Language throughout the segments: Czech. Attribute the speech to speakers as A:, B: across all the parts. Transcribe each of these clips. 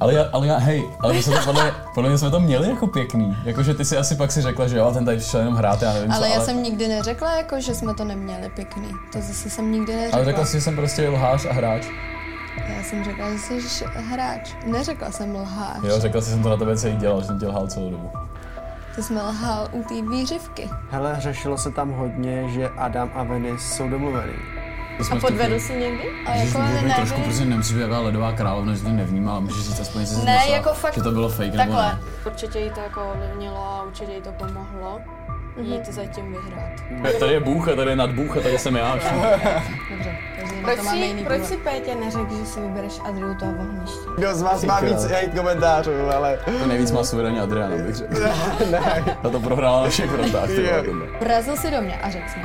A: Ale, já, ale já, hej, ale my jsme to podle, podle mě jsme to měli jako pěkný. Jakože ty si asi pak si řekla, že jo, ten tady přišel jenom hrát, já nevím
B: Ale
A: co,
B: já jsem nikdy neřekla, jako, že jsme to neměli pěkný. To zase jsem nikdy neřekla.
A: ale řekla jsi, že jsem prostě lhář a hráč.
B: Já jsem řekla, že jsi š- hráč. Neřekla jsem lháč.
A: Jo, řekla jsi, že jsem to na tebe celý dělal, že jsem tě lhal celou dobu.
B: Ty jsi mi lhal u té výřivky.
C: Hele, řešilo se tam hodně, že Adam a Venice jsou domluvený.
A: To jsme
D: A
A: v tu
D: podvedl
A: chvíli-
D: si někdy?
B: A
A: Ježiš,
B: jako
A: můžeš
B: ale
A: být
B: ne,
A: trošku
B: byli-
A: prostě nepřiběhla ledová královna, že to nevnímala, můžeš říct aspoň, jestli jsi
D: Ne,
A: myslela,
D: jako fakt
A: že to bylo fake nebo
D: Takhle.
A: ne.
D: Určitě jí to jako ovlivnilo a určitě jí to pomohlo
B: Mhm.
D: jít zatím vyhrát.
A: Tady je Bůh a tady je nad Bůh a tady jsem já.
B: Dobře, každý na
E: Proč
B: to máme jiný
E: si, proč si
B: důvod.
E: Pétě neřekl, že si vybereš Adriu toho ohniště?
C: Kdo z vás má víc hate komentářů, ale...
A: To nejvíc má suverénně Adriana, bych řekl. Ta to prohrála na všech frontách. ty vole.
B: Vrazil si do mě a řekl jsi mi,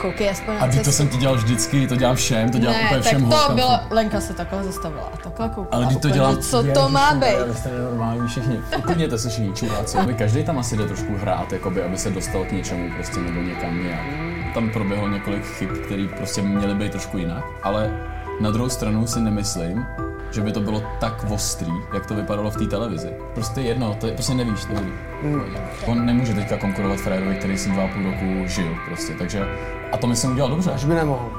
B: koukej aspoň
A: A
B: na
A: ty to
B: cestu.
A: jsem ti dělal vždycky, to dělám všem, to dělám
B: ne,
A: úplně všem
B: tak to
A: holkám.
B: bylo, Lenka se takhle zastavila a takhle koukala.
A: Ale když to
B: úplně,
A: dělám...
B: Co to má být?
A: Vy jste normální všichni. Uklidněte se všichni, čuráci. Aby každý tam asi jde trošku hrát, jakoby, aby se dostal k něčemu prostě nebo někam nějak. Tam proběhlo několik chyb, které prostě měly být trošku jinak, ale na druhou stranu si nemyslím, že by to bylo tak ostrý, jak to vypadalo v té televizi. Prostě jedno, to je, prostě nevíš, to nevíš. On nemůže teďka konkurovat Fredovi, který si dva a půl roku žil prostě, takže... A to myslím udělal dobře,
C: Až
A: až
C: by nemohl.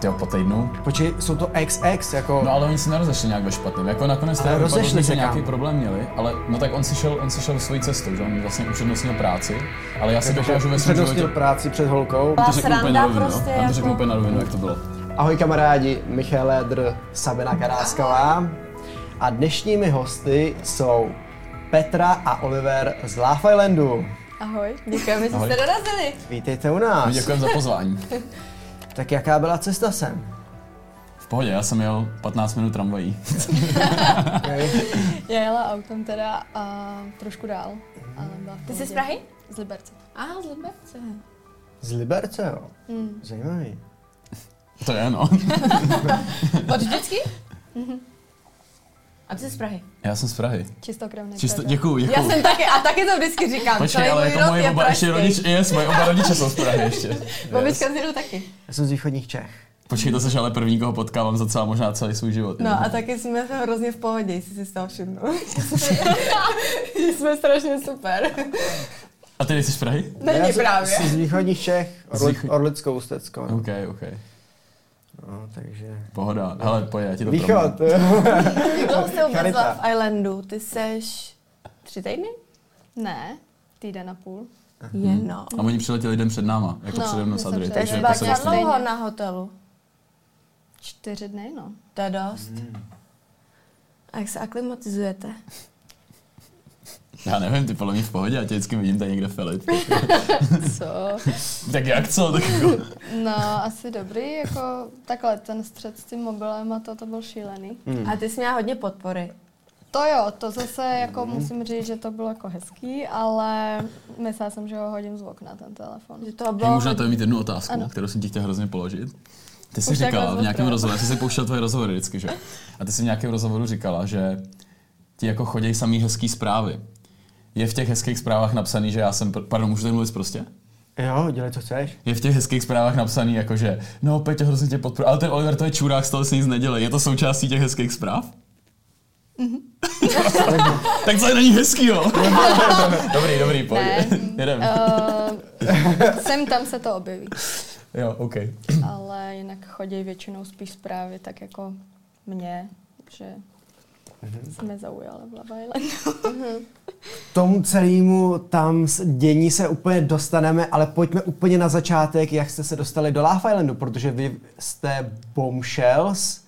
A: tyjo, po týdnu
C: Počkej, jsou to XX, jako...
A: No ale oni se nerozešli nějak ve špatném, jako nakonec
C: Ale
A: teda vypadlo,
C: rozešli
A: že
C: se,
A: nějaký
C: kámo.
A: problém měli, ale no tak on si šel, on si šel svojí cestou, že on vlastně upřednostnil práci, ale já si dokážu ve svém životě...
C: Přednostnil práci před holkou.
A: Já to řeknu úplně na
D: sranda
A: rovinu,
D: prostě
A: já to
D: jako-
A: řeknu úplně na rovinu, jak to bylo.
C: Ahoj kamarádi, Michal Edr, Sabina Karásková. A dnešními hosty jsou Petra a Oliver z Love Islandu.
B: Ahoj.
D: Děkujeme, že
A: Ahoj.
D: jste dorazili.
C: Vítejte u nás.
A: Děkujeme za pozvání.
C: Tak jaká byla cesta sem?
A: V pohodě, já jsem jel 15 minut tramvají.
B: Já jela autem teda a trošku dál. Ale byla v
D: Ty jsi z
B: pohodě.
D: Prahy?
B: Z Liberce.
D: A z Liberce.
C: Z Liberce, jo? Zajímavý.
A: To je no.
D: Od vždycky? A ty jsi z Prahy.
A: Já jsem z Prahy.
B: Čistokrevný.
A: Čisto,
B: Pražák.
A: děkuju,
D: Já
A: děkuju.
D: jsem taky, a taky to vždycky říkám.
A: Počkej,
D: celý
A: ale
D: můj
A: jako
D: rod
A: moje
D: je prostě
A: oba, ještě
D: pražský.
A: rodič, yes, moje oba rodiče jsou z Prahy ještě.
D: Babička z Jidu taky.
C: Já jsem z východních Čech.
A: Počkej, to seš ale první, koho potkávám za celá možná celý svůj život.
E: No a taky jsme hrozně v pohodě, jestli si z toho všimnul. jsme strašně super.
A: A ty nejsi z Prahy?
C: Já
E: Není
C: jsem-
E: právě.
C: Jsem z východních Čech,
A: Z
C: Orli,
A: východ-
C: Orlickou Ústecko. No.
A: OK, OK.
C: no, takže...
A: Pohoda. Hele, pojď, já ti to promluvím.
C: Východ.
D: Jak dlouho jste vůbec
C: Charita.
D: Love Islandu? Ty seš tři týdny?
B: Ne, týden a půl.
E: Mhm.
D: Jenom.
A: A oni přiletěli den před náma, jako
B: No,
A: přede mnou
B: my jsme
A: Sadry,
B: přijeli
A: Mhm. takže
B: dva
A: jako jsem
B: dny.
D: Jak
A: s tím-
D: dlouho
B: stejně.
D: na hotelu?
B: Čtyři dny, no.
D: To je dost.
A: Mhm.
C: Mm.
D: A jak se aklimatizujete?
A: Já nevím, ty podle mě v pohodě, já tě vždycky vidím tady někde felit.
B: Co?
A: tak jak co? Tak jako...
B: No, asi dobrý, jako takhle, ten střed s tím mobilem a to, to byl šílený.
A: Mhm.
D: A ty jsi měla hodně podpory.
B: To jo, to zase jako musím říct, že to bylo jako hezký, ale myslela jsem, že ho hodím z okna, ten telefon.
D: Že toho
A: Hej,
D: bylo
A: možná to mít jednu otázku,
B: Ano.
A: kterou jsem ti chtěl hrozně položit. Ty jsi
B: Už tak
A: říkala v
B: rozhovor.
A: nějakém rozhovoru, já jsem si pouštěl tvoje rozhovory vždycky, že? A ty jsi v nějakém rozhovoru říkala, že ti jako chodí samý hezký zprávy. Je v těch hezkých zprávách napsaný, že já jsem, pr- pardon, můžu tady mluvit prostě?
C: jo, dělej, co chceš.
A: je v těch hezkých zprávách napsaný jako, že no Peťo, hrozně tě podporu, ale ten Oliver to je čurák, z toho se nic neděle. Je to součástí těch hezkých zpráv? tak co je na ní hezkýho? dobrý, dobrý, pojď.
B: Ne.
A: Jedem.
B: Uh, sem tam se to objeví,
A: Jo, OK.
B: ale jinak chodí většinou spíš zprávy tak jako mě, že
C: Mhm.
B: jsme zaujala v Love Islandu.
C: tomu celému tam s- dění se úplně dostaneme, ale pojďme úplně na začátek, jak jste se dostali do Love Islandu, protože vy jste bombshells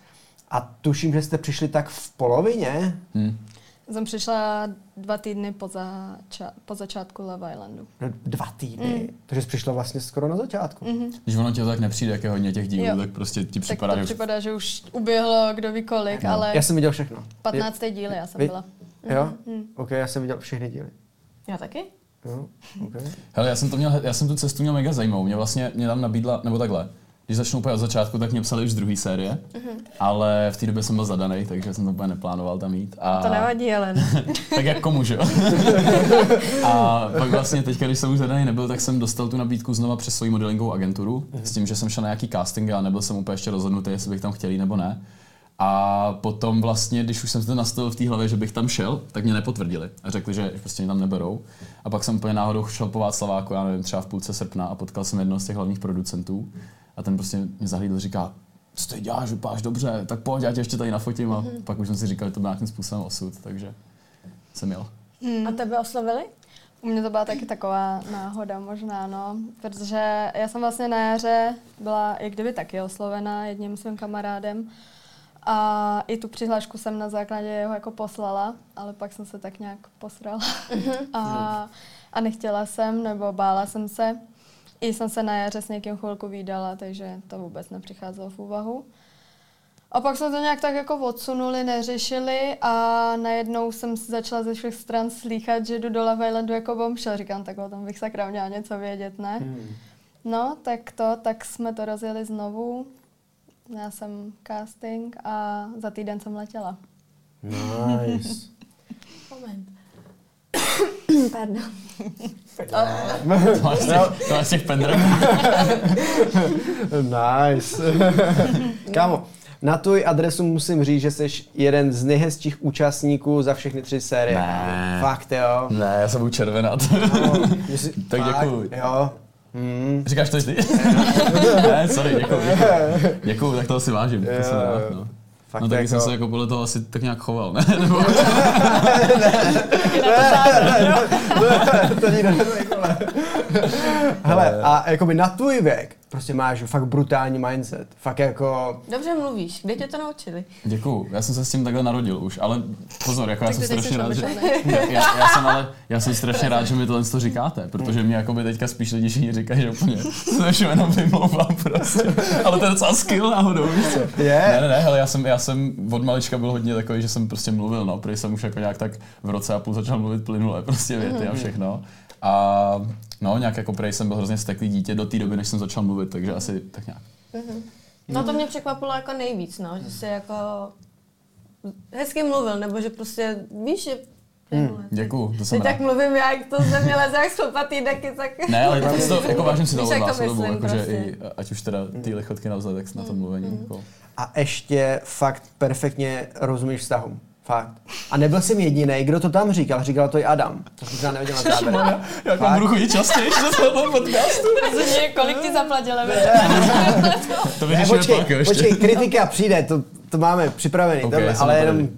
C: a tuším, že jste přišli tak v polovině.
A: Hm.
B: Jsem přišla dva týdny po, zača- po začátku Love Islandu.
C: No, Dva týdny. Takže jsi přišla vlastně skoro na začátku.
A: Když ono tě tak nepřijde, jak je hodně těch dílů,
B: Mhm. Jo.
A: tak prostě ti
B: Tak
A: připadá,
B: to
A: že...
B: připadá, že už uběhlo kdo ví kolik,
A: No.
B: ale
C: Já jsem viděl všechno.
B: 15. díl já jsem
C: Vy-
B: byla.
C: Jo? OK, já jsem viděl všechny díly.
D: Já taky?
C: Jo? Okay.
A: Hele, já jsem, to měl, já jsem tu cestu měl mega zajímavou. Mě vlastně mě tam nabídla, nebo takhle, když začnu úplně od začátku, tak mě psali už z druhé série,
B: Mhm.
A: ale v té době jsem byl zadaný, takže jsem to úplně neplánoval tam jít. A...
D: To nevadí, Helen.
A: tak jak komu, že jo? A pak vlastně teď, když jsem už zadaný nebyl, tak jsem dostal tu nabídku znova přes svoji modelingovou agenturu s tím, že jsem šel na nějaký casting a nebyl jsem úplně ještě rozhodnutý, jestli bych tam chtěl jít nebo ne. A potom vlastně, když už jsem se to nastavil v té hlavě, že bych tam šel, tak mě nepotvrdili a řekli, že prostě mě tam neberou. A pak jsem úplně náhodou šel po Václaváku, já nevím, třeba v půlce srpna a potkal jsem jednoho z těch hlavních producentů a ten prostě mě zahlídl, říká, co ty děláš, vypadáš dobře, tak pojď, já tě ještě tady nafotím a pak už jsem si říkal, že to byl nějakým způsobem osud, takže jsem jel.
B: Hmm.
E: A tebe oslovili?
B: U mě to byla taky taková náhoda možná, no, protože já jsem vlastně na jaře byla jak kdyby taky oslovena jedním svým kamarádem a i tu přihlášku jsem na základě jeho jako poslala, ale pak jsem se tak nějak posrala a, a nechtěla jsem nebo bála jsem se. I jsem se na jaře s někým chvilku výdala, takže to vůbec nepřicházelo v úvahu. A pak jsme to nějak tak jako odsunuli, neřešili a najednou jsem si začala ze všech stran slýchat, že jdu do Love Islandu jako bombshell. Říkám, tak o tom bych sakra měla něco vědět, ne?
C: Hmm.
B: No, tak to, tak jsme to rozjeli znovu. Já jsem casting a za týden jsem letěla.
C: Nice.
E: Moment. Pardon.
A: To máš těch, to máš těch pendrek.
C: nice. Kámo, na tvůj adresu musím říct, že jsi jeden z nejhezčích účastníků za všechny tři série.
A: Ne.
C: Fakt jo.
A: Ne, já jsem budu červenat.
C: Kámo, že jsi-
A: Tak
C: fakt,
A: děkuju.
C: Jo. Mm.
A: Říkáš to ty? ne, sorry, děkuji. Děkuji, tak toho si vážím. To jsem
C: Jo, jo.
A: rád, no.
C: Fakt
A: no tak
C: jako-
A: jsem se jako podle toho asi tak nějak choval, ne? Nebo,
C: to nikdo nezajímalo. Hele, a jakoby na tvůj věk prostě máš fakt brutální mindset. Fakt jako...
E: Dobře mluvíš, kde tě to naučili?
A: děkuju, já jsem se s tím takhle narodil už, ale pozor, jako já jsem
B: ty teď
A: strašně
B: jsi
A: rád, že...
B: zamyšlený.
A: Já, já, já, jsem ale, já jsem strašně rád, že mi tohle to říkáte, protože mě jakoby teďka spíš lidi všichni říkají, že úplně se to všechno jenom vymlouvám prostě. Ale to je docela skill náhodou, víš co? Ne,
C: Je?
A: ne, ne, hele, já jsem, já jsem od malička byl hodně takový, že jsem prostě mluvil, no, protože jsem už jako nějak tak v roce a půl začal mluvit plynule, prostě věty a
E: Mhm.
A: všechno. A no, nějak jako prej jsem byl hrozně steklý dítě do té doby, než jsem začal mluvit, takže asi tak nějak.
E: No to mě překvapilo jako nejvíc, no, že se jako hezky mluvil, nebo že prostě víš, že hmm,
A: Děkuju, to jsem
E: Teď
A: rád.
E: tak mluvím, já, jak to ze mě leze, jak slopatý daky, tak...
A: Ne, ale to, to, jako vážím si to
E: Víš,
A: od
E: jak to
A: vás, dobu,
E: myslím,
A: jako, že
E: prostě. Mm.
A: i, ať už teda ty lichotky na tak na tom mluvení. Jako.
C: A ještě fakt perfektně rozumíš vztahům. Fakt. A nebyl jsem jediný, kdo to tam říkal. Říkal to i Adam. To jsem možná neviděl na záběr.
A: Já jako
C: Fakt?
A: budu chodit častěji, že to bylo podcastu.
B: Protože kolik ti zaplatili?
A: To
C: Ne,
A: vyřešíme
C: počkej,
A: pak, jo, ještě.
C: počkej, kritika přijde, to, to máme připravený,
A: Ok,
C: tohle,
A: jsem
C: ale
A: napravený.
C: jenom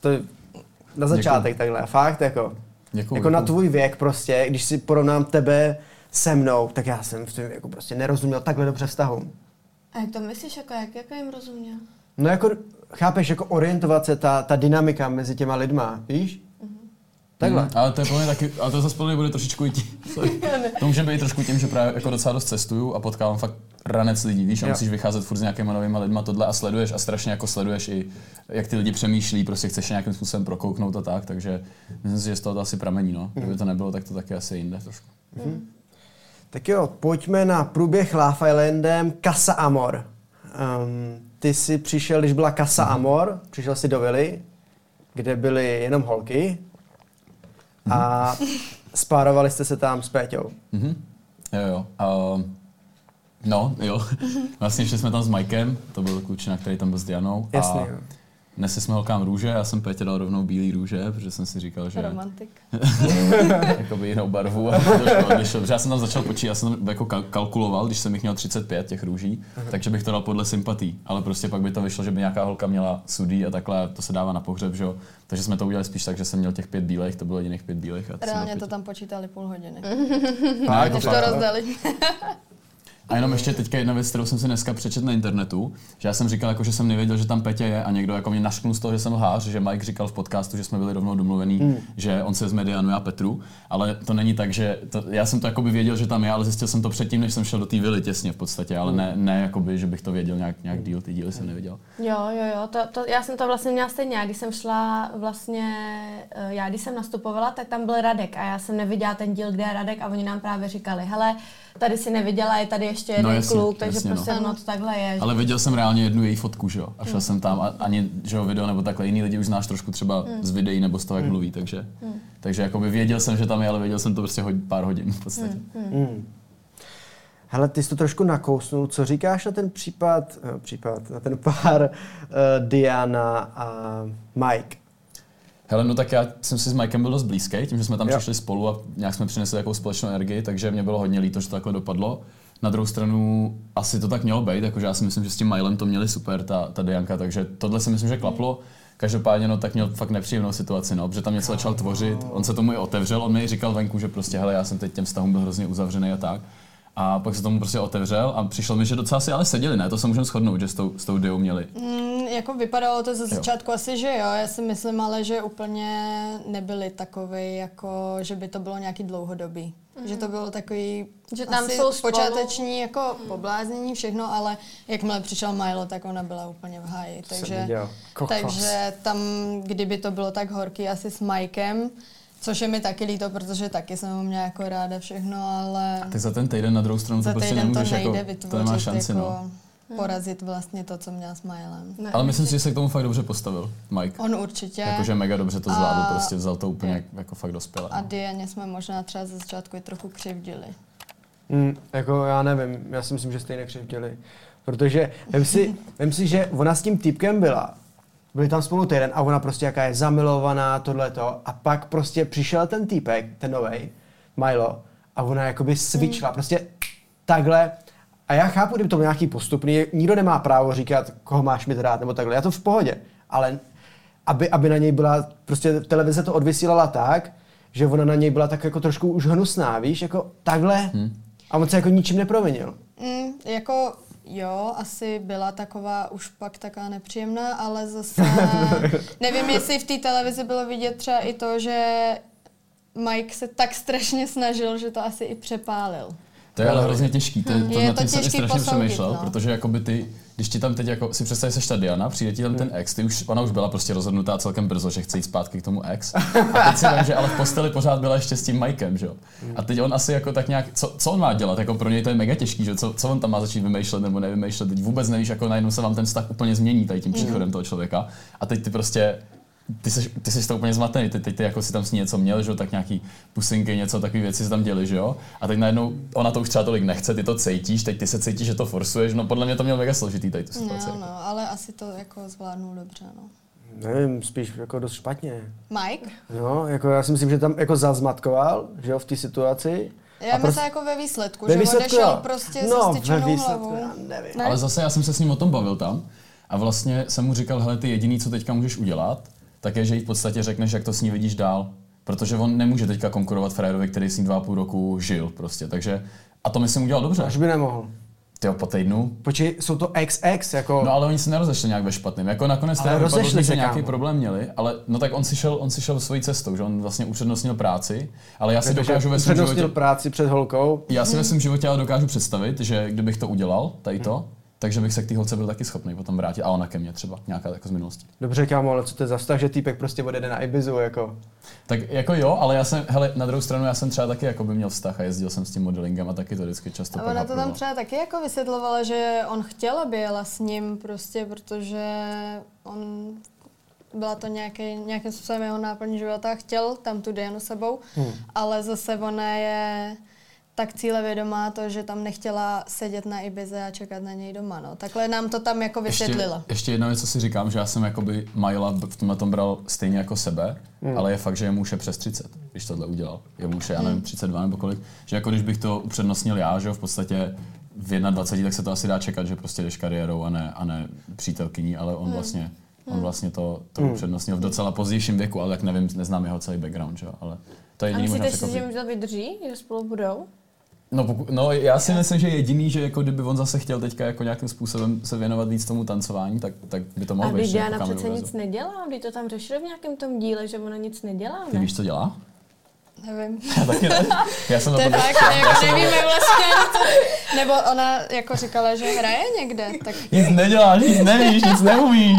C: to je na začátek takhle, fakt jako.
A: Děkuju,
C: jako na
A: děkuju.
C: tvůj věk prostě, když si porovnám tebe se mnou, tak já jsem v tom věku prostě nerozuměl takhle dobře vztahům.
E: A jak to myslíš, jako jak, jak jim rozuměl?
C: No jako, chápeš, jako orientovat se ta, ta dynamika mezi těma lidma, víš? Takhle.
A: Mm, ale to je podle mě taky, ale to zase podle mě bude trošičku i tím, sorry. to může být trošku tím, že právě jako docela dost cestuju a potkávám fakt ranec lidí, víš, a
C: Jo.
A: musíš vycházet furt s nějakýma novýma lidma tohle a sleduješ a strašně jako sleduješ i, jak ty lidi přemýšlí, prostě chceš je nějakým způsobem prokouknout a tak, takže myslím si, že z toho to asi pramení,
C: Mhm.
A: no. Kdyby to nebylo, tak to taky asi jinde trošku.
C: Tak jo, pojďme na průběh Love Islandem Casa Amor. Um, ty jsi přišel, když byla Casa Amor, přišel jsi do Vily, kde byly jenom holky a spárovali jste se tam s Péťou.
A: Mhm. Jo, jo. Uh, no, jo.
C: Mhm.
A: Vlastně šli jsme tam s Mikem, to byl klučina, který tam byl s Dianou.
C: Jasný,
A: a
C: jo.
A: Nesli jsme holkám růže, já jsem Petě dal rovnou bílý růže, protože jsem si říkal, že...
B: Romantik.
A: jakoby jinou barvu a trošku odlišil. Protože já jsem tam začal počítat, já jsem tam jako kal- kalkuloval, když jsem jich měl 35 těch růží, takže bych to dal podle sympatí. Ale prostě pak by to vyšlo, že by nějaká holka měla sudý a takhle, to se dává na pohřeb, že jo. Takže jsme to udělali spíš tak, že jsem měl těch pět bílých, to bylo jediných pět bílých. A ty jsem
B: Reálně
A: měl
B: to
A: pět-
B: tam počítali půl hodiny.
A: Ne, jako
B: Než
A: fakt,
B: to rozdali.
A: a jenom ještě teďka jedna věc, kterou jsem si dneska přečetl na internetu, že já jsem říkal, jako, že jsem nevěděl, že tam Petě je a někdo jako mě našknul z toho, že jsem lhář, že Mike říkal v podcastu, že jsme byli rovnou domluvený, že on se vezme Dianu a Petru, ale to není tak, že to, já jsem to jakoby věděl, že tam je, ale zjistil jsem to předtím, než jsem šel do té vily těsně v podstatě, ale ne, ne jakoby, že bych to věděl nějak, nějak díl, ty díly jsem nevěděl.
E: Jo, jo, jo, to, to, já jsem to vlastně měla stejně, já když jsem šla vlastně, eh, já když jsem nastupovala, tak tam byl Radek a já jsem neviděla ten díl, kde je Radek a oni nám právě říkali, hele, tady si neviděla, je tady ještě jeden
A: jasně,
E: kluk, takže
A: jasně, no.
E: prostě no. to takhle je.
A: Ale viděl jsem reálně jednu její fotku, že jo, a šel jsem tam a ani, že jo, video nebo takhle, jiný lidi už znáš trošku třeba z videí nebo z toho, jak mluví, takže,
B: Mhm.
A: takže jakoby věděl jsem, že tam je, ale věděl jsem to prostě hod, pár hodin v podstatě.
C: Mm. Hele, ty jsi to trošku nakousnul. Co říkáš na ten případ, eh, případ na ten pár uh, Diana a Mike?
A: Hele, no tak já jsem si s Mikem byl dost blízký, tím, že jsme tam
C: Jo.
A: přišli spolu a nějak jsme přinesli takovou společnou energii, takže mě bylo hodně líto, že to takhle dopadlo. Na druhou stranu asi to tak mělo být, jakože já si myslím, že s tím Milem to měli super, ta, ta Dianka, takže tohle si myslím, že klaplo. Každopádně no, tak měl fakt nepříjemnou situaci, no, protože tam něco začal tvořit, on se tomu i otevřel, on mi i říkal venku, že prostě hele, já jsem teď těm vztahům byl hrozně uzavřený a tak. A pak se tomu prostě otevřel a přišlo mi, že docela si ale seděli, ne? To se můžeme shodnout, že s tou, s tou Diou měli.
B: Mm, jako vypadalo to ze začátku asi, že jo. Já si myslím ale, že úplně nebyli takový, jako, že by to bylo nějaký dlouhodobý. Mm. Že to bylo takový
E: Že tam
B: asi
E: jsou spolu.
B: počáteční jako mm. pobláznění, všechno, ale jakmile přišel Milo, tak ona byla úplně v háji. Takže,
C: viděl. Kokos.
B: takže tam, kdyby to bylo tak horký asi s Mikem, což je mi taky líto, protože taky jsem ho měla jako ráda všechno, ale
A: Tak za ten týden na druhou stranu
B: za
A: to prostě
B: týden to
A: nemůžeš,
B: nejde
A: jako,
B: vytvořit,
A: to nemá šanci,
B: jako,
A: no.
E: Mm.
B: porazit vlastně to, co měla s Milem.
E: Ne.
A: Ale myslím si, že se k tomu fakt dobře postavil, Mike.
B: On určitě.
A: Jakože mega dobře to zvládl,
B: A-
A: prostě vzal to úplně jak- jako fakt dospělé.
B: A Dianě jsme možná třeba ze začátku i trochu křivdili.
C: Mm, jako já nevím, já si myslím, že stejně křivdili. Protože vem si, vem si, že ona s tím typkem byla, byli tam spolu týden a ona prostě jaká je zamilovaná, tohleto. A pak prostě přišel ten týpek, ten novej, Milo, a ona jakoby svičla, prostě takhle. A já chápu, kdyby to bylo nějaký postupný, nikdo nemá právo říkat, koho máš mi rád, nebo takhle, já to v pohodě. Ale aby, aby na něj byla, prostě televize to odvysílala tak, že ona na něj byla tak jako trošku už hnusná, víš, jako takhle. Hmm. A on se jako ničím neprovinil.
B: Mm, jako jo, asi byla taková už pak taková nepříjemná, ale zase nevím, jestli v té televizi bylo vidět třeba i to, že Mike se tak strašně snažil, že to asi i přepálil.
A: To je ale hrozně těžký, to, to
B: Je
A: nad
B: to
A: tím jsem i
B: těžký
A: strašně
B: posoudit,
A: přemýšlel,
B: no.
A: protože jakoby ty, když ti tam teď jako, si představíš, seš ta Diana, přijde ti tam ten ex, ty už, ona už byla prostě rozhodnutá celkem brzo, že chce jít zpátky k tomu ex. A teď si vem, že ale v posteli pořád byla ještě s tím Mikem, že jo. A teď on asi jako tak nějak, co, co on má dělat, jako pro něj to je mega těžký, že jo? co, co on tam má začít vymýšlet nebo nevymýšlet, teď vůbec nevíš, jako najednou se vám ten vztah úplně změní
B: Mm.
A: tady tím příchodem toho člověka. A teď ty prostě ty jsi, ty jsi to úplně zmatený, ty, teď ty jako si tam s ní něco měl, že jo, tak nějaký pusinky, něco, takové věci si tam děli, že jo? A teď najednou ona to už třeba tolik nechce, ty to cítíš, teď ty se cítíš, že to forsuješ, no podle mě to měl mega složitý tady tu
B: Ne,
A: situaci.
B: no, ale asi to jako zvládnul dobře, no.
C: Nevím, spíš jako dost špatně.
B: Mike?
C: No, jako já si myslím, že tam jako zazmatkoval, že jo, v té situaci.
B: Já myslím jako ve výsledku, že odešel
C: jo.
B: prostě
C: no,
B: se styčenou
C: ve výsledku,
B: hlavou.
C: já nevím.
B: Ne?
A: Ale zase já jsem se s ním o tom bavil tam a vlastně jsem mu říkal, hele, ty jediný, co teďka můžeš udělat, tak je, že jí v podstatě řekneš, jak to s ní vidíš dál. Protože on nemůže teďka konkurovat Frajerovi, který s ní dva a půl roku žil prostě, takže a to myslím udělal dobře.
C: Až by nemohl.
A: Ty po týdnu
C: Počkej, jsou to XX, jako...
A: No ale oni se nerozešli nějak ve špatném. Jako nakonec
C: Ale
A: teda vypadlo,
C: rozešli
A: že
C: se,
A: nějaký
C: kámo.
A: problém měli, ale no tak on si šel, on si šel svojí cestou, že on vlastně upřednostnil práci, ale já si
C: protože
A: dokážu ve svém
C: upřednostnil
A: životě,
C: jako, práci před holkou.
A: já si ve svém životě ale dokážu představit, že kdybych to udělal, tady to, takže bych se k té holce byl taky schopný potom vrátit a ona ke mně třeba, nějaká jako z minulosti.
C: Dobře, kámo, ale co to je za vztah, že týpek prostě odjede na Ibizu, jako...
A: Tak jako jo, ale já jsem, hele, na druhou stranu já jsem třeba taky jako by měl vztah a jezdil jsem s tím modelingem a taky to vždycky často
B: A ona to tam
A: přehaprovalo.
B: třeba taky jako vysvětlovala, že on chtěl, aby jela s ním prostě, protože on byla to nějaký, nějakým způsobem jeho náplň života, chtěl tam tu Dianu s sebou, hmm. ale zase ona je tak cílevědomá to, že tam nechtěla sedět na Ibize a čekat na něj doma. No. Takhle nám to tam jako
A: ještě,
B: vysvětlila.
A: ještě jedna věc, co si říkám, že já jsem jakoby Majla v tomhle tom bral stejně jako sebe, hmm. ale je fakt, že jemu už je přes 30, když tohle udělal. Jemu už je, já nevím, 32 nebo kolik. Že jako když bych to upřednostnil já, že jo, v podstatě v 21, tak se to asi dá čekat, že prostě jdeš kariérou a ne, a ne přítelkyní, ale on vlastně, on vlastně to, to upřednostnil v docela pozdějším věku, ale tak nevím, neznám jeho celý background, že jo, ale to je
E: A
A: jediný možná
E: myslíte si,
A: překvapení.
E: že to vydrží, že spolu budou?
A: No, poku- no, já si myslím, že jediný, že jako kdyby on zase chtěl teďka jako nějakým způsobem se věnovat víc tomu tancování, tak, tak by to
E: A
A: mohlo být.
E: když
A: že jako
E: Diana
A: kam
E: přece
A: neulezu.
E: nic nedělá, když to tam řešili v nějakém tom díle, že ona nic nedělá,
A: Ty
E: ne?
A: víš, co dělá?
B: Nevím.
A: Já taky ne. Já jsem na to
B: To je
A: byl-
B: tak, jako nevíme vlastně. Nebo ona jako říkala, že hraje někde, tak
A: Nic neděláš, nic nevíš, nic neumíš.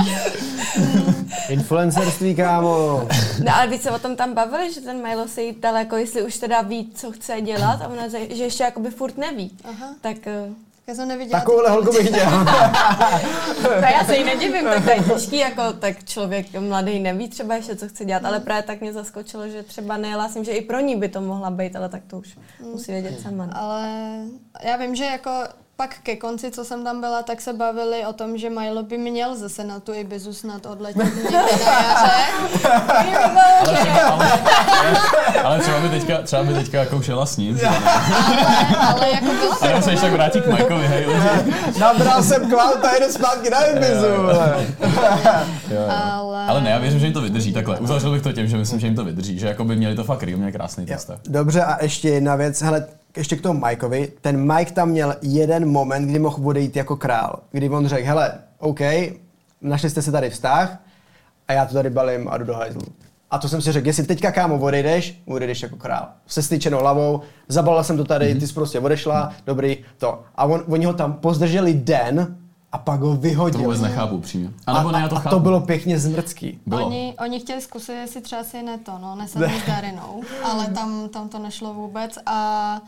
C: Influencerství, kámo.
E: No ale víc se o tom tam bavili, že ten Milo se jí ptal, jako jestli už teda ví, co chce dělat a ona, že že ještě jakoby furt neví. Aha. Tak eh,
B: Já jsem neviděla.
C: Takovouhle holku bych chtěl.
E: Tak já se jí nedivím, tak to je těžký, jako tak člověk mladý neví třeba ještě, co chce dělat, ale právě tak mě zaskočilo, že třeba nejela jsem, že i pro ní by to mohla být, ale tak to už musí vědět sama. no.
B: Ale já vím, že jako pak ke konci, co jsem tam byla, tak se bavili o tom, že Milo by měl zase na tu Ibizu snad odletět někdy na jaře.
A: Ale třeba, ale, ale třeba by teďka, třeba by teďka jako šela s ním.
B: Ale, ale jako bylo to
A: A já se ještě tak vrátí k Mikeovi, hej, lidi.
C: Nabral jsem kvalt a jedu zpátky na Ibizu. vole.
A: Jo, jo.
B: Ale-
A: Ale ne, já věřím, že jim to vydrží takhle. Uzavřel bych to tím, že myslím, že jim to vydrží, že jako by měli to fakt real, měli krásný ten
C: Jo.
A: vztah.
C: Dobře a ještě jedna věc, hele, ještě k tomu Mikeovi. Ten Mike tam měl jeden moment, kdy mohl odejít jako král. Kdy on řekl, hele, OK, našli jste se tady vztah a já to tady balím a jdu do hajzlu. A to jsem si řekl, jestli teďka kámo odejdeš, odejdeš jako král. Se styčenou hlavou, zabalila jsem to tady,
A: Mhm.
C: ty jsi prostě odešla, dobrý, to. A on, oni ho tam pozdrželi den a pak ho
A: To
C: vyhodili.
A: vůbec nechápu přímě. A
C: a,
A: nebo ne,
C: a,
A: já to
C: a
A: chápu.
C: to bylo pěkně zmrcký.
A: Bylo.
B: Oni, oni chtěli zkusit, jestli třeba si ne to, no, nesadli s Darinou, ale tam, tam to nešlo vůbec a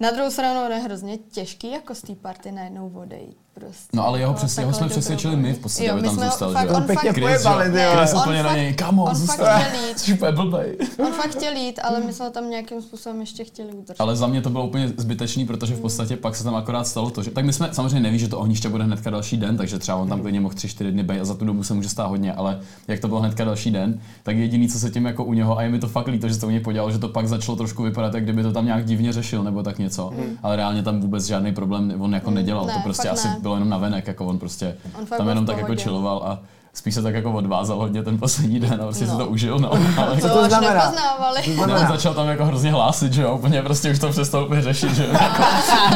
B: na druhou stranu ono je hrozně těžký jako z té party najednou odejít prostě.
A: No ale jeho,
B: No,
A: přes, jeho
B: takhle
A: jsme
B: dobrou-
A: přesvědčili my v podstatě,
B: Jo,
A: aby
B: my
A: tam
B: jsme ho
A: zůstal,
B: fakt-
A: že jo.
B: on
C: pěkně
B: fakt-
C: pojebali, ty jo.
A: Chris
B: on
A: úplně na
B: fakt-
A: něj, kamo,
B: on fakt
A: zůstaň,
B: chtěl jít.
A: jsi úplně blbej.
B: On fakt chtěl jít, ale my jsme ho tam nějakým způsobem ještě chtěli udržet.
A: Ale za mě to bylo úplně zbytečný, protože v podstatě pak se tam akorát stalo to, že tak my jsme samozřejmě neví, že to ohniště bude hnedka další den, takže třeba on
B: Mhm.
A: tam klidně mohl 3-4 dny být a za tu dobu se může stát hodně, ale jak to bylo hnedka další den, tak jediný, co se tím jako u něho, a je mi to fakt líto, že se to u něj podělalo, že to pak začalo trošku vypadat, jak kdyby to tam nějak divně řešil nebo tak něco, ale reálně tam vůbec žádný problém ne- on jako nedělal,
B: Mhm. ne,
A: to prostě
B: fakt
A: asi
B: ne.
A: bylo jenom navenek, jako on prostě
B: On fakt
A: tam
B: byl
A: jenom
B: v
A: tak jako
B: pohodě.
A: chilloval a spíš se tak jako odvázal hodně ten poslední den a prostě si to užil. No, ale
C: Co to
B: až
C: znamená?
B: nepoznávali.
A: ne, on začal tam jako hrozně hlásit, že jo, úplně prostě už to přestal úplně řešit, že jo, jako,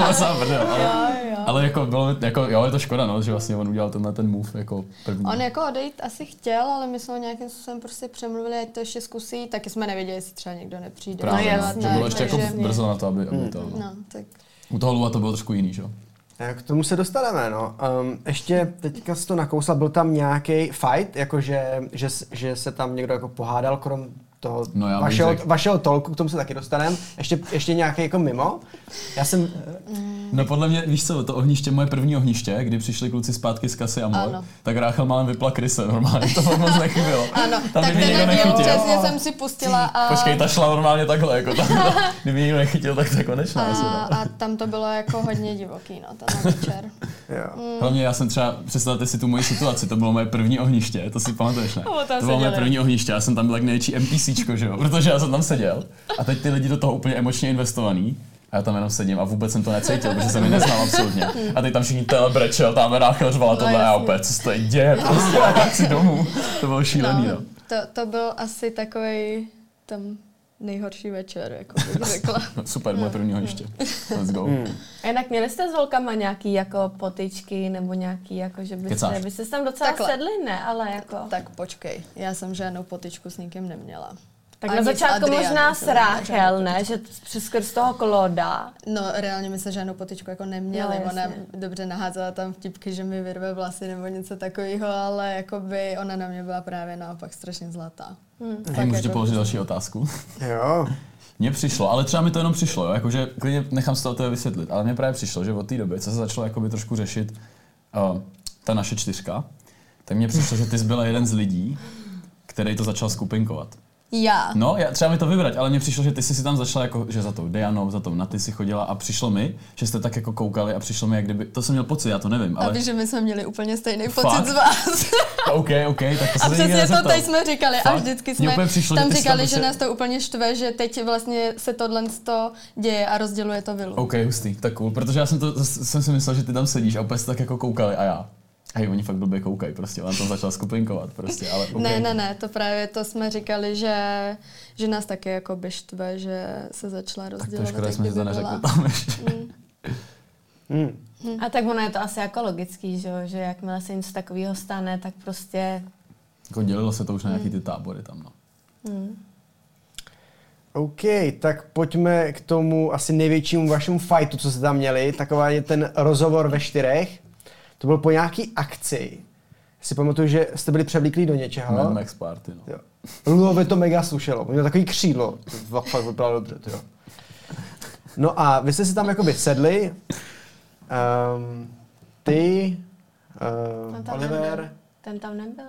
A: no, sám prdel, ale, ale jako bylo, jako, jo, je to škoda, no, že vlastně on udělal tenhle ten move jako první.
B: On jako odejít asi chtěl, ale my jsme ho nějakým způsobem prostě přemluvili, ať to ještě zkusí, taky jsme nevěděli, jestli třeba někdo nepřijde.
A: Právě,
B: Jo,
A: no,
B: tak,
A: že bylo ještě jako
B: takže-
A: brzo na to, aby, aby to, no.
B: No, tak
A: U toho Luva to bylo trošku jiný, že jo.
C: Tak Eh, K tomu se dostaneme, no. Um, ještě teďka jsi to nakousla, byl tam nějaký fight, jakože že, s- že se tam někdo jako pohádal, krom toho
A: No já bych
C: vašeho,
A: řekl-
C: vašeho tolku, k tomu se taky dostaneme. Ještě, ještě nějaký jako mimo. Já jsem,
A: No podle mě, víš co, to ohniště, moje první ohniště, kdy přišli kluci zpátky z kasy a mor,
B: Ano.
A: tak Ráchel málem vypla kryse, normálně, to fakt moc nechybilo.
B: Ano,
A: tam
B: tak
A: kdyby někdo
B: ten díl
A: nechytil.
B: přesně jsem si pustila a,
A: Počkej, ta šla normálně takhle, jako tam, kdyby někdo nechytil, tak to je konečná.
B: a,
A: asi, no.
B: a tam to bylo jako hodně divoký, no, ten večer.
C: jo.
A: Hlavně já jsem třeba, představte si tu moji situaci, to bylo moje první ohniště, to si pamatuješ, ne?
B: tam
A: to bylo moje
B: seděli.
A: první ohniště, já jsem tam byl jak největší NPCčko, že jo, protože já jsem tam seděl a teď ty lidi do toho úplně emočně investovaný. A já tam jenom sedím a vůbec jsem to necítil, protože jsem je neznal absolutně. A teď tam všichni telebrečel, tam ráchel řvala tohle a já
B: jasně.
A: opět, co se tady děje, prostě a tak si domů. To bylo šílený, no.
B: No, to, to byl asi takový tam nejhorší večer, jako bych řekla.
A: no. Super, moje první ohniště. Let's go.
E: A jinak měli jste s holkama nějaký jako potyčky nebo nějaký jako, že byste,
A: Kecáš.
E: byste se tam docela
B: Takhle.
E: Takhle. sedli, ne, ale jako... Tak,
B: tak počkej, já jsem žádnou potyčku s nikým neměla.
E: tak
B: Ani
E: na
B: s
E: začátku
B: Adriánem
E: možná
B: jsem
E: s
B: neměla žádnou
E: Ráchel, ne, že přes skrz toho Kloda.
B: No, reálně my jsme žádnou potičku jako neměli.
E: Jo, jasně.
B: ona dobře naházela tam vtipky, že mi vyrve vlasy nebo něco takového, ale jakoby ona na mě byla právě naopak strašně zlatá. Hmm.
A: Hej, můžete položit další otázku?
C: jo.
A: Mně přišlo, ale třeba mi to jenom přišlo, jo? jakože klidně nechám se to tebe vysvětlit, ale mně právě přišlo, že od té doby, co se začalo jakoby trošku řešit uh, ta naše čtyřka, tak mně přišlo, že ty jsi byla jeden z lidí, který to začal skupinkovat.
B: Já.
A: No, já, třeba mi to vybrať, ale mně přišlo, že ty jsi si tam začala jako, že za tou Dianou, za tou Naty si chodila a přišlo mi, že jste tak jako koukali a přišlo mi, jak kdyby, to jsem měl pocit, já to nevím,
B: Ale... A
A: ale
B: víš, že my jsme měli úplně stejný
A: Fakt?
B: pocit z vás.
A: OK, OK, tak to se
B: A
A: nikdy
B: přesně to
A: nezeptal.
B: teď jsme říkali a
A: Fakt?
B: vždycky
A: Mně
B: jsme
A: úplně přišlo, že
B: tam
A: ty jsi tam
B: říkali, že
A: prostě-
B: nás to úplně štve, že teď vlastně se tohle to děje a rozděluje to vilu.
A: OK, hustý, tak cool, protože já jsem, to, zase jsem si myslel, že ty tam sedíš a úplně jste tak jako koukali a já. Hej, oni fakt blbě koukají prostě, ona tam začala skupinkovat prostě, ale okay.
B: Ne, ne, ne, to právě to jsme říkali, že, že nás taky jako by štve, že se začala
A: Tak
B: rozdělovat.
A: to je škoda,
B: jak
A: jsme si to
B: kdyby
A: neřekli
B: byla-
A: tam ještě.
B: Mm.
C: Hm.
E: A tak ono je to asi jako logický, že, jo, že jakmile se něco takového stane, tak prostě...
A: Jako dělilo se to už na
B: Mm.
A: nějaký ty tábory tam, no.
C: OK, tak pojďme k tomu asi největšímu vašemu fightu, co jste tam měli. Taková je ten rozhovor ve čtyřech. To byl po nějaký akci. Si pamatuju, že jste byli převlíklí do něčeho.
A: Mad Max Party, no.
C: Jo. Luovi to mega slušelo, měl takový křídlo, to fakt- fakt vypadalo dobře, to jo. No a vy jste si tam jakoby sedli, Um, ty,
E: No,
C: um,
E: tam
C: Oliver,
E: nebyl. Ten tam nebyl.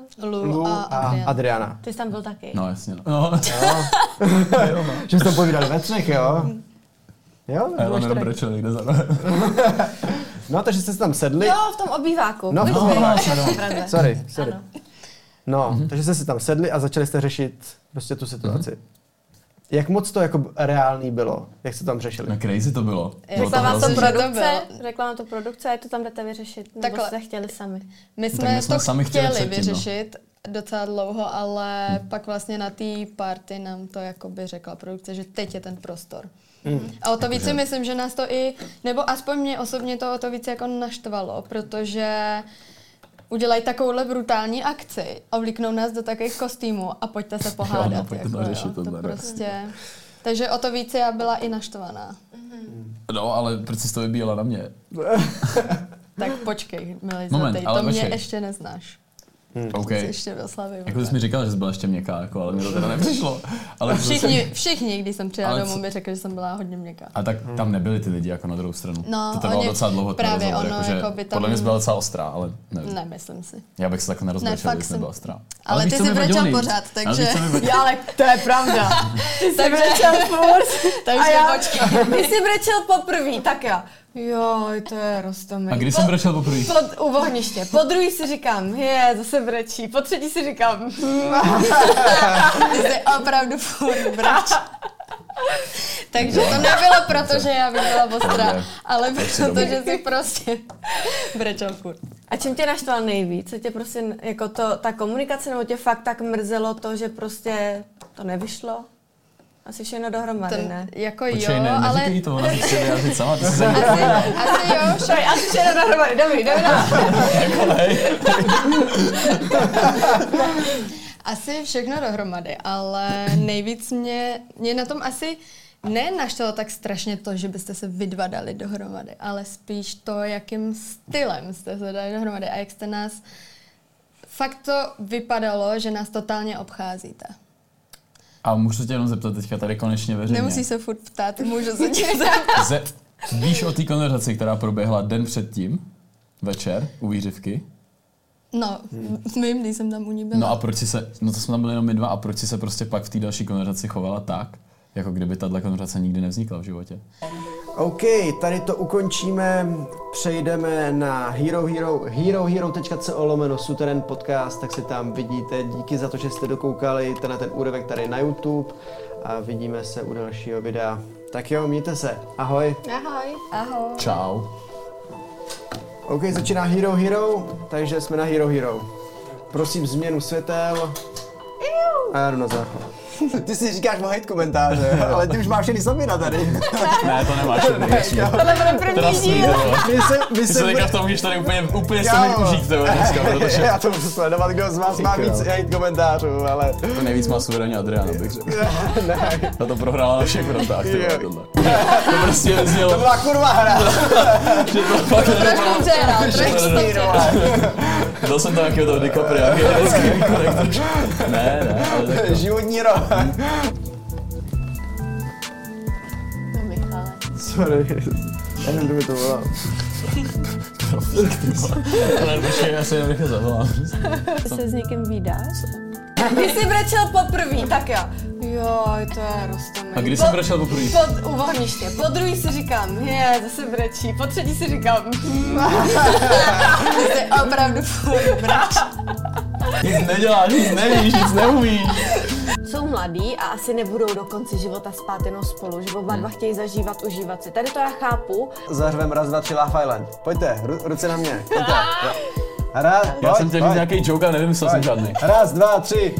C: Lu a Adriana.
E: Ty jsi tam byl taky.
A: No jasně. No, no.
C: Že jste povídali ve třech, jo? Jo?
A: A Eleanor brečel někde za rohem.
C: No, takže jste si tam sedli.
E: Jo, v tom obýváku.
C: No, v tom
E: Pojďme.
C: obýváku, ano.
E: Pravda.
C: Sorry, sorry.
E: Ano.
C: No, takže jste si tam sedli a začali jste řešit prostě tu situaci. Jak moc to jako reálný bylo? Jak jste tam řešili?
A: No crazy to bylo. Bylo
E: Řekla vám to
A: hrozný.
B: pro- to
E: produkce, řekla vám to produkce, jak to tam jdete vyřešit, nebo
B: Takhle.
E: jste chtěli sami.
B: My
A: Tak
B: jsme,
A: my jsme
B: to
A: sami chtěli
B: chtěli,
A: předtím, no. Hmm.
B: vyřešit docela dlouho, ale pak vlastně na té party nám to jakoby řekla produkce, že teď je ten prostor.
C: Hmm.
B: A o to víc si myslím, že nás to i, nebo aspoň mě osobně to o to víc jako naštvalo, protože udělají takovouhle brutální akci a vlíknou nás do takových kostýmů a pojďte se pohádat. jako
A: Jo, no, pojďte to
B: jo,
A: řešit
B: to
A: tohle, no.
B: prostě... Takže o to víc já byla i naštvaná.
A: No, ale proč jsi to vybíjela na mě?
B: Tak počkej, milý
A: Moment,
B: zlatý,
A: ale
B: to mě
A: počkej.
B: ještě neznáš.
A: OK.
B: Okay. Ještě oslavím.
A: Jako ty jsi mi říkal, že jsi byla ještě měkká, jako, ale mi to teda nepřišlo. Ale prostě-
B: Všichni, všichni, když jsem přijela
A: Ale
B: domů,
A: co-
B: mi řekli, že jsem byla hodně měkká.
A: A tak tam nebyly ty lidi jako na druhou stranu.
B: Hmm. No,
A: to trvalo
B: oni-
A: docela dlouho. ten
B: právě
A: rozhovor,
B: ono,
A: jakože
B: jakoby tam-
A: Podle mě jsi byla docela ostrá, ale nevím.
B: Ne, myslím si.
A: Já bych se takhle nerozbrečel,
B: Ne, fakt
A: kdybych
B: jsem-
A: nebyla ostrá. Ale,
B: Ale
A: víš,
B: ty
A: co
B: jsi
A: mi vadilo
B: brečel
A: nejvíc?
B: pořád,
A: Ale víš,
B: takže-
A: co mi vadilo?
E: Já, ale to je pravda. Ty jsi
B: Takže-
E: brečel furt.
B: Takže
E: a já,
B: počkej.
E: Ty jsi brečel poprvé, tak jo. Joj, to je rostomilý.
A: A kdy jsem brečel poprvé?
E: Pod, u ohniště. Po druhý si říkám, je, zase brečí. Po třetí si říkám, hm.
B: Ty jsi opravdu furt brač. Takže to nebylo proto, že já bych byla ostrá,
A: Dobře.
B: ale
A: si domů.
B: proto, že jsi prostě brečel furt.
E: A čím tě naštval nejvíc? Co tě prostě, jako to, ta komunikace, nebo tě fakt tak mrzelo to, že prostě to nevyšlo? Asi všechno dohromady,
B: Ten,
E: ne?
B: jako
A: Počkej,
B: jo,
A: ne,
B: ale
A: neříkej to, ona se chce vyjádřit sama, ty jsi za ní
B: asi, asi jo,
E: Sorry, asi všechno dohromady, dobrý, dobrý.
B: Asi všechno dohromady, ale nejvíc mě, mě na tom asi ne naštvalo tak strašně to, že byste se vydvadali dohromady, ale spíš to, jakým stylem jste se dali dohromady a jak jste nás... Fakt to vypadalo, že nás totálně obcházíte.
A: A můžu se tě jenom zeptat teďka tady konečně veřejně.
B: Nemusíš se furt ptát, můžu se tě zeptat.
A: Ze, víš o té konverzaci, která proběhla den předtím, večer, u výřivky?
B: No, vím, když jsem tam u ní byla.
A: No a proč si se, no to jsme tam byli jenom my dva, a proč si se prostě pak v té další konverzaci chovala tak, jako kdyby tahle konverzace nikdy nevznikla v životě?
C: OK, tady to ukončíme, přejdeme na hero hero, herohero.co lomeno suteren podcast, tak si tam vidíte. Díky za to, že jste dokoukali tenhle ten úryvek tady na YouTube a vidíme se u dalšího videa. Tak jo, mějte se, ahoj.
E: Ahoj.
B: Ahoj.
A: Čau.
C: OK, začíná Hero Hero, takže jsme na Hero Hero. Prosím změnu světel. A já jdu na záchod. Ty si říkáš mohejt komentáře, ale ty už máš všechny samina tady.
A: Ne, to nemáš.
E: Tohle bude první díl.
A: no.
C: My se, my
A: Ty se
C: se
A: teďka v tom můžeš tady úplně, úplně
C: Jo.
A: sami užít, to dneska, protože
C: Já to budu sledovat, kdo z vás má víc hate komentářů, ale...
A: to nejvíc má suverénně Adriana, bych řekl. Ta to prohrála na všech frontách, ty vole,
C: Jo.
A: tohle. To prostě
C: To
A: neznělo,
C: byla kurva hra!
A: že to fakt nebylo.
B: Trošku přehrál, trošku
A: Všechno
B: přehrál.
A: Dal jsem tam jakého toho DiCapria, jaký je hezký výkonek trošku. Ne, ne, ale tak to.
C: Životní rok.
D: No, Michale.
C: Sorry. Já nevím, kdo mi to volal.
A: Ale počkej, já se jenom rychle zavolám.
E: Ty se s někým vídáš? Ty jsi brečel poprvé, tak jo. Joj, to je rostomilý.
A: A kdy
E: Po-
A: jsem brečel poprvé?
E: Pod, u ohniště. Po druhý si říkám, je, zase brečí. Po třetí si říkám, hm.
B: Ty jsi opravdu furt brač.
A: Nic neděláš, nic nevíš, nic neumíš.
E: Jsou mladí a asi nebudou do konce života spát jenom no spolu, že oba dva chtějí zažívat, užívat si. Tady to já chápu.
C: Zařvem raz, dva, tři Love Island. Pojďte, ru, ruce na mě. Pojďte. Raz,
A: Já
C: pojď,
A: jsem chtěl
C: pojď,
A: říct nějaký joke a nevymyslel jsem žádný.
C: Raz, dva, tři.